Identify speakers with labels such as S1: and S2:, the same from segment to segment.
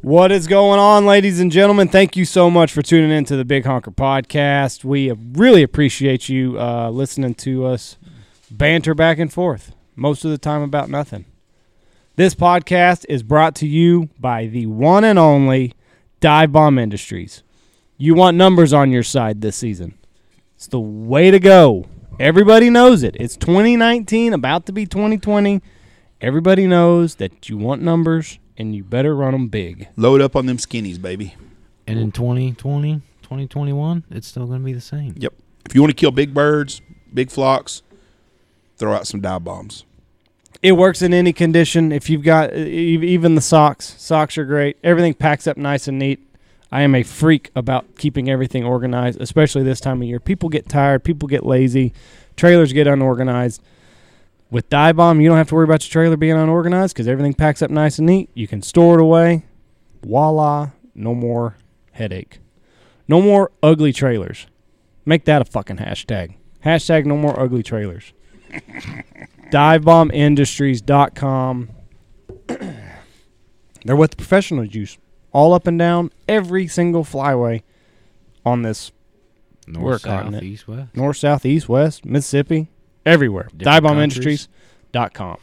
S1: What is going on, ladies and gentlemen? Thank you so much for tuning in to the Big Honker Podcast. We really appreciate you uh, listening to us banter back and forth, most of the time about nothing. This podcast is brought to you by the one and only Dive Bomb Industries. You want numbers on your side this season. It's the way to go. Everybody knows it. It's 2019, about to be 2020. Everybody knows that you want numbers and you better run them big.
S2: Load up on them skinnies, baby.
S3: And in 2020, 2021, it's still going to be the same.
S2: Yep. If you want to kill big birds, big flocks, throw out some dive bombs.
S1: It works in any condition. If you've got e- even the socks, socks are great. Everything packs up nice and neat. I am a freak about keeping everything organized, especially this time of year. People get tired, people get lazy, trailers get unorganized. With Dive Bomb, you don't have to worry about your trailer being unorganized because everything packs up nice and neat. You can store it away. Voila, no more headache. No more ugly trailers. Make that a fucking hashtag. Hashtag no more ugly trailers divebombindustries.com. They're what the professionals use all up and down every single flyway on this
S3: North,
S1: We're a
S3: south,
S1: continent.
S3: east, west.
S1: north, south, east, west, Mississippi, everywhere.
S3: Different countries.
S1: Divebombindustries.com.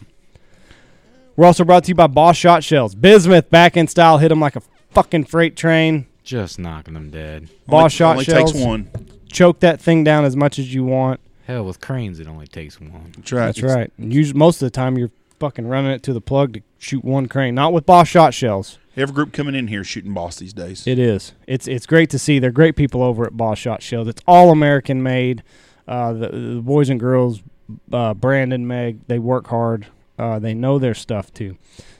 S1: We're also brought to you by Boss Shot Shells. Bismuth back in style. Hit them like a fucking freight train.
S3: Just knocking them dead.
S1: Boss
S2: only,
S1: shot
S2: only
S1: shells.
S2: takes one.
S1: Choke that thing down as much as you want.
S3: Hell, with cranes, it only takes one.
S2: That's right.
S1: That's right. Usually, most of the time, you're fucking running it to the plug to shoot one crane. Not with Boss Shot Shells.
S2: Every group coming in here shooting boss these days.
S1: It is. It's it's great to see. They're great people over at Boss Shot Shells. It's all American made. Uh, the, the boys and girls, uh, Brandon, Meg, they work hard. Uh, they know their stuff too.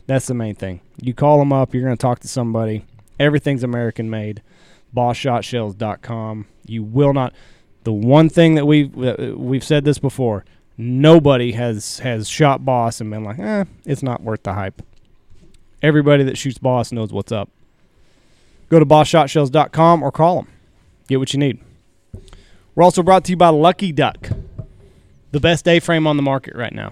S1: That's the main thing. You call them up, you're going to talk to somebody. Everything's American made. BossShotShells.com. You will not. The one thing that we've that we've said this before. Nobody has has shot Boss and been like, eh, it's not worth the hype. Everybody that shoots Boss knows what's up go to bosshotshells.com or call them. Get what you need. We're also brought to you by Lucky Duck, the best A frame on the market right now.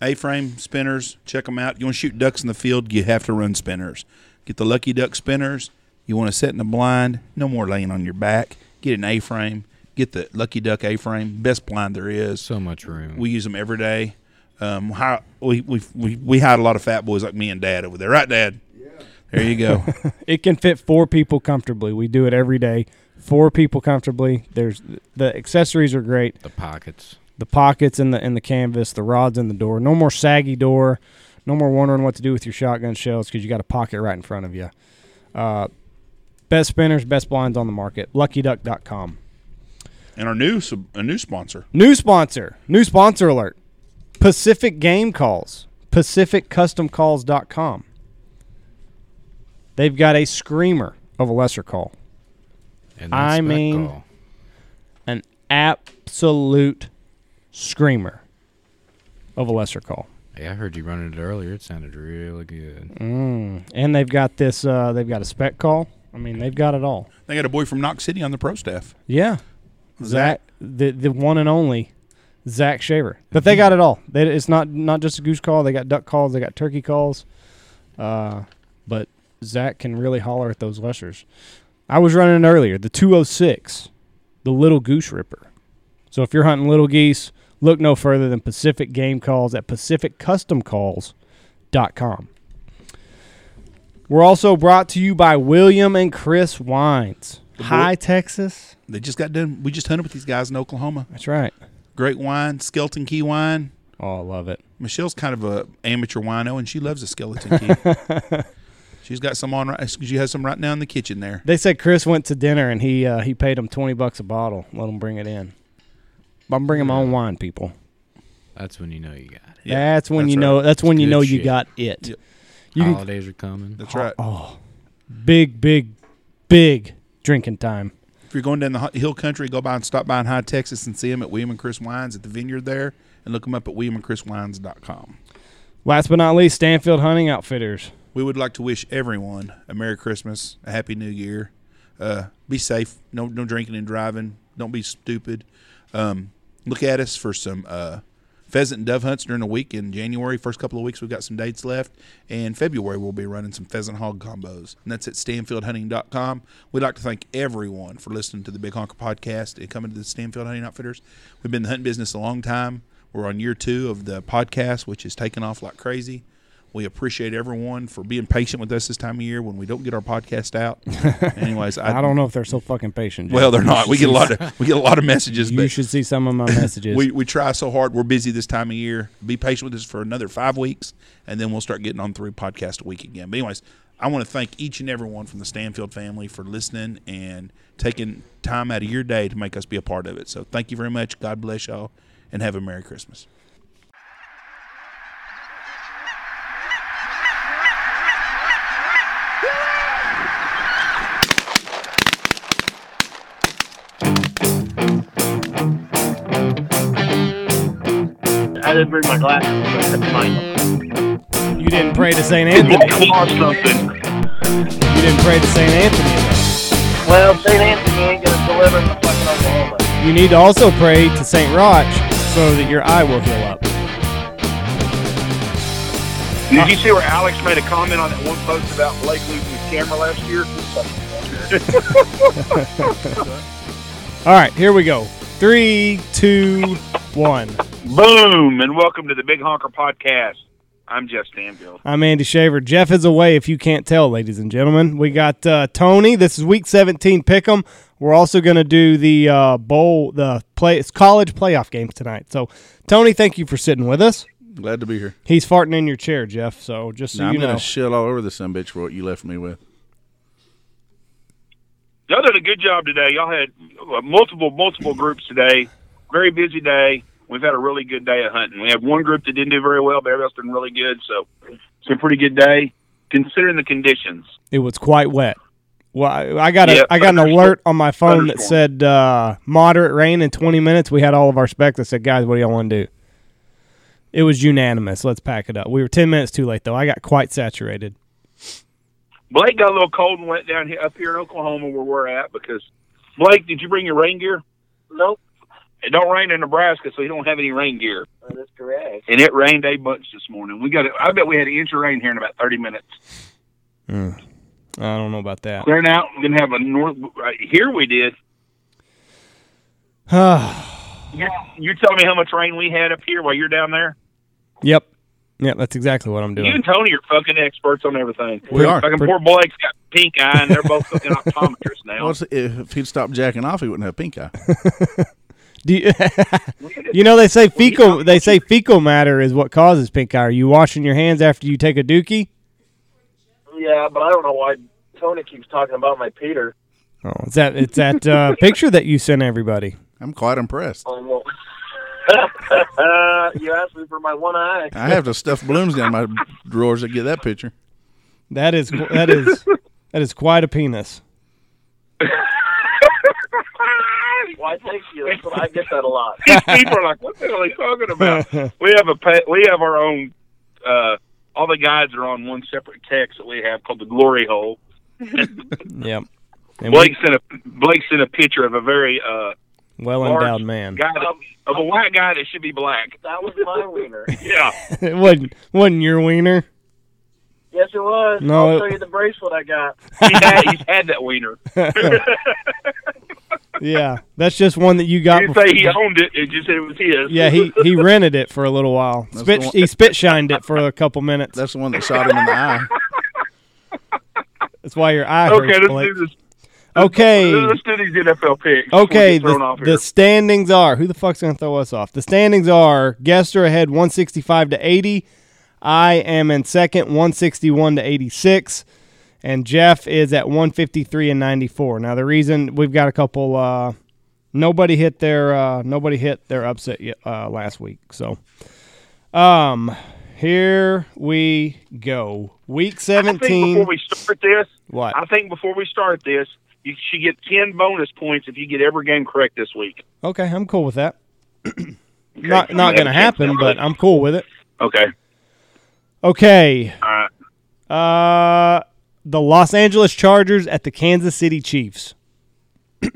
S2: A-frame spinners, check them out. You want to shoot ducks in the field, you have to run spinners. Get the lucky duck spinners. You want to set in the blind, no more laying on your back. Get an A-frame. Get the lucky duck A-frame, best blind there is.
S3: So much room.
S2: We use them every day. Um, hi- we we we we hide a lot of fat boys like me and Dad over there, right, Dad? Yeah. There you go.
S1: It can fit four people comfortably. We do it every day. Four people comfortably. There's the accessories are great.
S3: the pockets.
S1: The pockets in the in the canvas, the rods in the door. No more saggy door. No more wondering what to do with your shotgun shells because you got a pocket right in front of you. Uh, best spinners, best blinds on the market. LuckyDuck.com.
S2: and our new sub- a new sponsor.
S1: New sponsor. New sponsor alert. Pacific Game Calls. PacificCustomCalls.com. They've got a screamer of a lesser call.
S3: And
S1: I
S3: spec
S1: mean-
S3: call.
S1: An absolute screamer of a lesser call.
S3: Hey, I heard you running it earlier. It sounded really good.
S1: Mm. And they've got this uh, they've got a spec call. I mean, they've got it all.
S2: They got a boy from Knox City on the pro staff.
S1: Yeah. Zach,
S2: Zach.
S1: the the one and only Zach Shaver. But they got it all. They, it's not not just a goose call. They got duck calls. They got turkey calls. Uh, but Zach can really holler at those lessers. I was running earlier the 206, the little goose ripper. So if you're hunting little geese, look no further than Pacific Game Calls at PacificCustomCalls.com. We're also brought to you by William and Chris Wines.
S2: Good boy.
S1: Hi, Texas.
S2: They just got done. We just hunted with these guys in Oklahoma.
S1: That's right.
S2: Great wine, Skeleton Key wine.
S1: Oh, I love it.
S2: Michelle's kind of a amateur wino, and she loves a Skeleton Key. She's got some on right. She has some right now in the kitchen there.
S1: They said Chris went to dinner and he uh, he paid him twenty bucks a bottle. Let him bring it in. I'm bringing my own wine, people.
S3: That's when you know you got it.
S2: Yeah,
S1: that's when
S2: that's
S1: you
S2: right.
S1: know. That's when you
S3: Good
S1: know you
S3: shit.
S1: got it.
S2: Yep. Oh,
S1: You can,
S3: Holidays are coming.
S2: that's right.
S1: oh, big, big, big drinking time.
S2: If you're going down the hi- hill country, go by and stop by in High Texas and see them at William and Chris Wines at the vineyard there, and look them up at williamandchriswines.com.
S1: Last but not least, Stanfield Hunting Outfitters.
S2: We would like to wish everyone a Merry Christmas, a Happy New Year. Uh, be safe. No, no drinking and driving. Don't be stupid. Um, look at us for some uh, pheasant and dove hunts during the week in January. First couple of weeks, we've got some dates left. And February, we'll be running some pheasant hog combos. And that's at stanfieldhunting.com. We'd like to thank everyone for listening to the Big Honker podcast and coming to the Stanfield Hunting Outfitters. We've been in the hunting business a long time. We're on year two of the podcast, which is taking off like crazy. We appreciate everyone for being patient with us this time of year when we don't get our podcast out. Anyways, I,
S1: I don't know if they're so fucking patient. Jeff.
S2: Well, they're not. We get a lot of we get a lot of messages,
S1: You
S2: but
S1: should see some of my messages.
S2: we, we try so hard. We're busy this time of year. Be patient with us for another five weeks, and then we'll start getting on through podcast a week again. But anyways, I want to thank each and every one from the Stanfield family for listening and taking time out of your day to make us be a part of it. So thank you very much. God bless y'all, and have a Merry Christmas.
S4: I didn't bring my glasses, but that's fine.
S1: you didn't pray to St. Anthony.
S4: I lost something.
S1: You didn't pray to St. Anthony.
S4: Well, St. Anthony ain't gonna deliver in fucking Oklahoma.
S1: You need to also pray to St. Roch so that your eye will heal up.
S5: Did you see where Alex made a comment on that one post about Blake losing his camera last year?
S1: All right, here we go. Three, two, one.
S5: Boom! And welcome to the Big Honker Podcast. I'm Jeff Stanfield.
S1: I'm Andy Shaver. Jeff is away if you can't tell, ladies and gentlemen. We got uh, Tony. This is week 17 pick'em. We're also going to do the uh, bowl, the play, it's college playoff games tonight. So, Tony, thank you for sitting with us.
S6: Glad to be here.
S1: He's farting in your chair, Jeff. So just so
S6: Now,
S1: you
S6: I'm
S1: know,
S6: gonna shit all over this son bitch for what you left me with.
S5: Y'all did a good job today. Y'all had uh, multiple, multiple groups today. Very busy day. We've had a really good day of hunting. We had one group that didn't do very well, but everybody else did really good. So it's a pretty good day considering the conditions.
S1: it was quite wet. Well, I I got a I
S5: Yeah,
S1: got an
S5: thunderstorm.
S1: alert on my phone that
S5: Thunderstorm.
S1: said uh, moderate rain in 20 minutes. We had all of our specs that said, guys, what do y'all want to do? It was unanimous. Let's pack it up. We were 10 minutes too late though. I got quite saturated.
S5: Blake got a little cold and wet down here up here in Oklahoma where we're at because Blake, did you bring your rain gear? Nope. It don't rain in Nebraska, so you don't have any rain gear.
S4: that's correct.
S5: And it rained a bunch this morning. We got it. I bet we had an inch of rain here in about thirty minutes.
S1: I don't know about that.
S5: Clearing out, we didn't have a north. Right here we did. You you tell me how much rain we had up here while you're down there.
S1: yep. Yeah, that's exactly what I'm
S5: You
S1: doing.
S5: and Tony are fucking experts on everything.
S6: We are.
S5: Fucking poor Blake's got pink eye, and they're both fucking optometrists now.
S6: Well, it's- if if he'd stopped jacking off, he wouldn't have pink eye.
S1: Do you, you know they say fecal they say fecal matter is what causes pink eye. Are you washing your hands after you take a dookie?
S4: Yeah, but I don't know why Tony keeps talking about my Peter.
S1: Oh, it's that it's that uh, picture that you sent everybody.
S6: I'm quite impressed.
S4: Oh, well. uh, you asked me for my one eye.
S6: I have to stuff balloons down my drawers to get that picture.
S1: That is qu- that is that is quite a penis.
S4: Why, thank you. That's what- I get that a lot.
S5: these people are like, what the hell are they talking about? We have a pa- we have our own. Uh, all the guides are on one separate text that we have called the glory hole.
S1: Yep. And
S5: Blake sent a Blake sent a picture of a very uh,
S1: well
S5: large
S1: endowed man.
S5: guy that- of a white guy that should be black.
S4: Um, That was my wiener.
S5: Yeah,
S1: it wasn't wasn't your wiener.
S4: Yes, it was.
S1: No,
S4: I'll
S1: it-
S4: show you the bracelet I got.
S5: he had, he's had that wiener.
S1: Yeah, that's just one that you got.
S5: Didn't
S1: before.
S5: say he owned it. It just said it was his.
S1: yeah, he he rented it for a little while.
S6: the
S1: Spit,
S6: one-
S1: he spit shined it for a couple minutes.
S6: That's the one that shot him in the eye.
S1: That's why your eye
S5: Okay,
S1: hurts.
S5: let's
S1: Blake.
S5: do this.
S1: Okay.
S5: Let's do these NFL picks. before we
S1: Okay,
S5: get thrown
S1: the,
S5: off
S1: the
S5: here.
S1: standings are who the fuck's gonna throw us off? The standings are Guester ahead 165 to 80. I am in second 161 to 86, and Jeff is at 153 and 94. Now the reason we've got a couple uh, nobody hit their uh, nobody hit their upset yet, uh, last week, so um here we go week
S5: I think
S1: 17.
S5: before we start this,
S1: What?
S5: I think before we start this, you should get ten bonus points if you get every game correct this week.
S1: Okay, I'm cool with that. not
S5: Okay,
S1: not
S5: I'm
S1: gonna
S5: gonna have to
S1: happen,
S5: check
S1: but
S5: that.
S1: I'm cool with it.
S5: Okay.
S1: Okay,
S5: All right.
S1: Uh, the Los Angeles Chargers at the Kansas City Chiefs.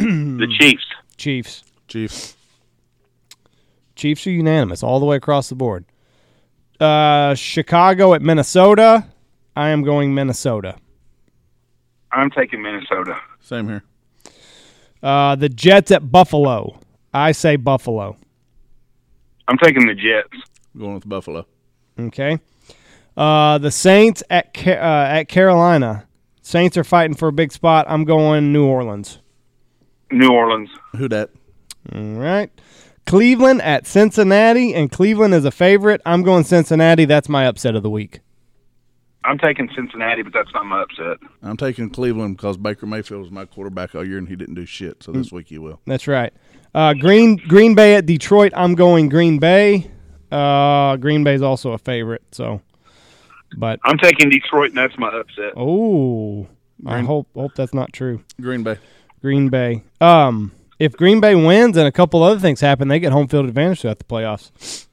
S1: Hmm.
S5: The Chiefs.
S1: Chiefs.
S6: Chiefs.
S1: Chiefs are unanimous all the way across the board. Uh, Chicago at Minnesota. I am going Minnesota.
S5: I'm taking Minnesota.
S6: Same here.
S1: Uh, the Jets at Buffalo. I say Buffalo.
S5: I'm taking the Jets.
S6: Going with Buffalo.
S1: Okay. Uh, the Saints at Ca- uh, at Carolina. Saints are fighting for a big spot. I'm going New Orleans.
S5: New Orleans.
S6: Who that?
S1: All right. Cleveland at Cincinnati, and Cleveland is a favorite. I'm going Cincinnati. That's my upset of the week.
S5: I'm taking Cincinnati, but that's not my upset.
S6: I'm taking Cleveland because Baker Mayfield was my quarterback all year and he didn't do shit. So
S1: Mm.
S6: this week he will.
S1: That's right. Uh, Green Green Bay at Detroit. I'm going Green Bay. Uh, Green Bay's also a favorite. So, but
S5: I'm taking Detroit, and that's my upset.
S1: oh, I hope hope that's not true.
S6: Green Bay.
S1: Green Bay. Um, if Green Bay wins and a couple other things happen, they get home field advantage throughout the playoffs.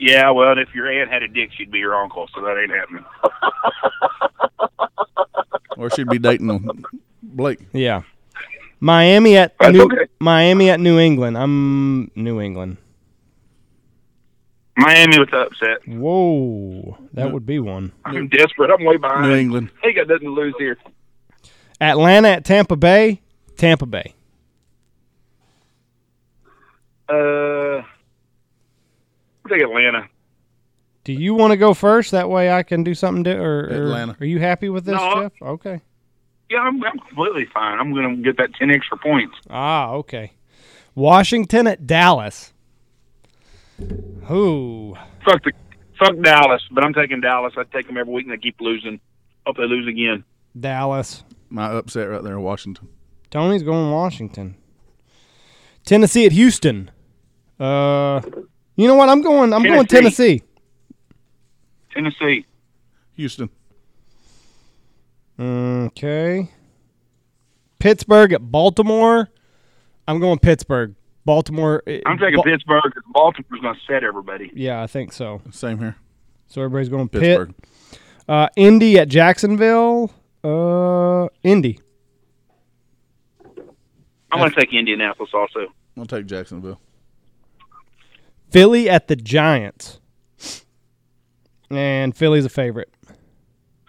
S5: Yeah, well, and if your aunt had a dick, she'd be your uncle, so that ain't happening.
S6: Or she'd be dating Blake.
S1: Yeah. Miami at
S5: That's
S1: New,
S5: okay.
S1: Miami at New England. I'm New England.
S5: Miami with the upset.
S1: Whoa, that would be one.
S5: I'm desperate. I'm way behind.
S6: New England.
S5: They got nothing to lose here.
S1: Atlanta at Tampa Bay. Tampa Bay.
S5: Uh, I think Atlanta.
S1: Do you want to go first? That way I can do something. To, or, or-
S6: Atlanta.
S1: Are you happy with this,
S5: No.
S1: Jeff? Okay.
S5: Yeah, I'm, I'm completely fine. I'm going to get that 10 extra points.
S1: Ah, okay. Washington at Dallas. Who?
S5: Fuck the, fuck Dallas, but I'm taking Dallas. I take them every week, and they keep losing. Hope they lose again.
S1: Dallas.
S6: My upset right there in Washington.
S1: Tony's going Washington. Tennessee at Houston. Uh, you know what? I'm going. I'm going
S5: Tennessee.
S1: Tennessee.
S5: Tennessee.
S6: Houston.
S1: Okay. Pittsburgh at Baltimore. I'm going Pittsburgh. Baltimore. eh,
S5: I'm taking
S1: Ba-
S5: Pittsburgh 'cause Baltimore's going to set everybody.
S1: Yeah, I think so.
S6: Same here.
S1: So everybody's going
S6: Pittsburgh.
S1: Pittsburgh. Uh, Indy at Jacksonville. Uh, Indy.
S5: I'm going to take Indianapolis also.
S6: I'll take Jacksonville.
S1: Philly at the Giants. And Philly's a favorite.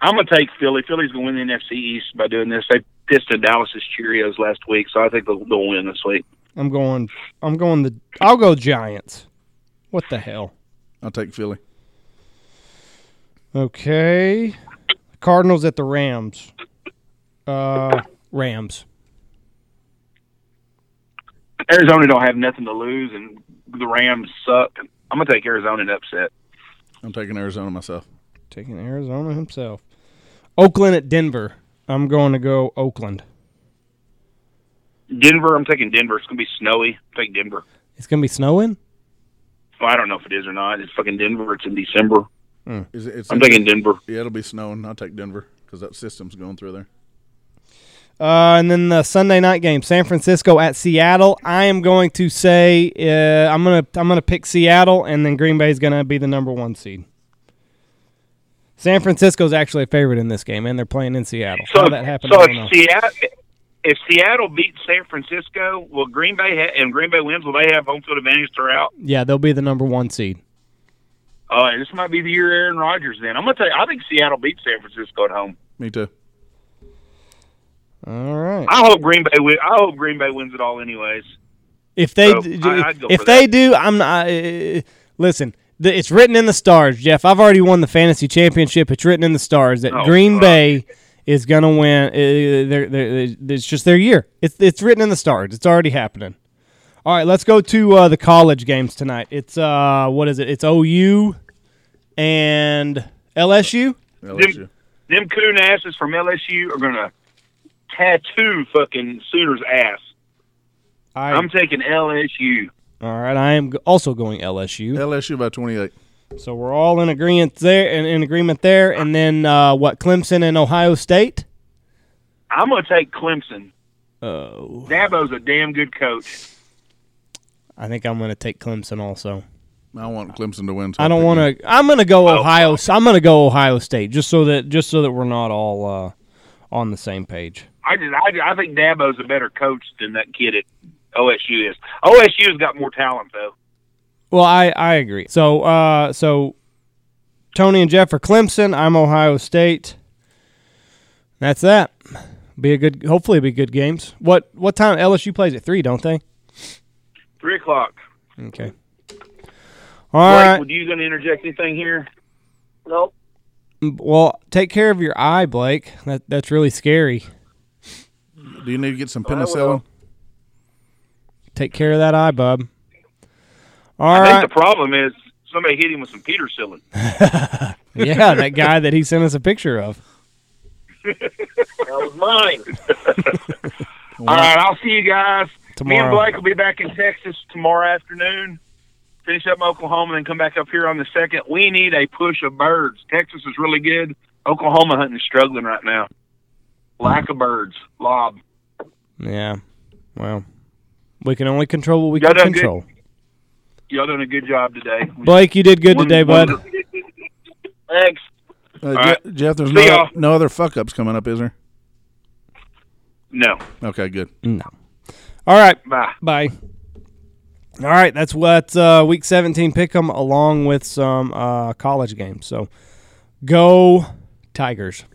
S5: I'm going to take Philly. Philly's going to win the NFC East by doing this. They pissed at Dallas's Cheerios last week, so I think they'll, they'll win this week.
S1: I'm going. I'm going the. I'll go Giants. What the hell?
S6: I'll take Philly.
S1: Okay. Cardinals at the Rams. Uh, Rams.
S5: Arizona don't have nothing to lose, and the Rams suck. I'm going to take Arizona and upset.
S6: I'm taking Arizona myself.
S1: Taking Arizona himself. Oakland at Denver. I'm going to go Oakland.
S5: Denver, I'm taking Denver. It's going to be snowy. Take Denver.
S1: It's gonna be snowing.
S5: Well, I don't know if it is or not. It's fucking Denver. It's in December.
S6: Is it, it's
S5: I'm taking Denver.
S6: Yeah, it'll be snowing. I'll take Denver because that system's going through there.
S1: Uh, and then the Sunday night game, San Francisco at Seattle. I am going to say uh, I'm gonna I'm gonna pick Seattle, and then Green Bay's gonna be the number one seed. San Francisco's actually a favorite in this game, and they're playing in Seattle.
S5: So,
S1: How
S5: if-
S1: that happened,
S5: so
S1: I
S5: if
S1: don't know.
S5: Seattle, if Seattle beats San Francisco, will Green Bay ha- and Green Bay wins? Will they have home field advantage throughout?
S1: Yeah, they'll be the number one seed.
S5: Uh, this might be the year Aaron Rodgers. Then I'm gonna tell you, I think Seattle beats San Francisco at home.
S6: Me too.
S1: All right.
S5: I hope Green Bay. Win- I hope Green Bay wins it all, anyways.
S1: If they
S5: So,
S1: d-
S5: I- I'd go
S1: if
S5: for
S1: they do, I'm not. Uh, listen, the, it's written in the stars, Jeff. I've already won the fantasy championship. It's written in the stars that
S5: Oh,
S1: Green
S5: fuck.
S1: Bay is gonna win. Uh, they're, they're, it's just their year. It's it's written in the stars. It's already happening. All right, let's go to uh, the college games tonight. It's uh, what is it? It's OU and LSU.
S6: LSU.
S5: Them coon asses from LSU are gonna tattoo fucking Sooners ass.
S1: I,
S5: I'm taking LSU.
S1: all right, I am g- also going LSU.
S6: LSU by 28.
S1: So we're all in agreement there, in, in agreement there, and then uh, what? Clemson and Ohio State.
S5: I'm gonna take Clemson.
S1: Oh,
S5: Dabo's a damn good coach.
S1: I think I'm going to take Clemson also.
S6: I want Clemson to win. so
S1: I
S6: I'll
S1: don't
S6: pick
S1: want
S6: them.
S1: to. I'm going to go Ohio. I'm going to go Ohio State just so that just so that we're not all uh, on the same page.
S5: I just, I, just- I think Dabo's a better coach than that kid at OSU is. OSU's got more talent though.
S1: Well, I, I agree. So uh, so Tony and Jeff are Clemson. I'm Ohio State. That's that. Be a good. Hopefully, be good games. What what time LSU plays at three? Don't they?
S5: Three o'clock.
S1: Okay. All
S5: Blake,
S1: right.
S5: would you going to interject anything here?
S4: Nope.
S1: Well, take care of your eye, Blake. That that's really scary.
S6: Do you need to get some
S4: will.
S6: penicillin?
S1: Take care of that eye, bub. All
S5: I
S1: right.
S5: think the problem is somebody hit him with some petersilin.
S1: yeah, that guy that he sent us a picture of.
S4: That was mine.
S5: All right, I'll see you guys. Me and
S1: Tomorrow.
S5: Blake will be back in Texas tomorrow afternoon. Finish up in Oklahoma and then come back up here on the second. We need a push of birds. Texas is really good. Oklahoma hunting is struggling right now. Lack of birds. Lob.
S1: Yeah. Well, we can only control what we
S5: Yeah,
S1: can
S5: that did-
S1: control.
S5: Y'all done a good job today. We-
S1: Blake, you did good
S5: one-
S1: today,
S5: one-
S1: bud.
S4: Thanks.
S6: Uh,
S5: right.
S6: Je- Jeff, there's
S5: See
S6: no,
S5: y'all.
S6: no other fuck ups coming up, is there?
S5: No.
S6: Okay, good.
S1: No. All right.
S5: Bye.
S1: Bye. All right, that's what uh, week 17 pick 'em along with some uh, college games. So go Tigers.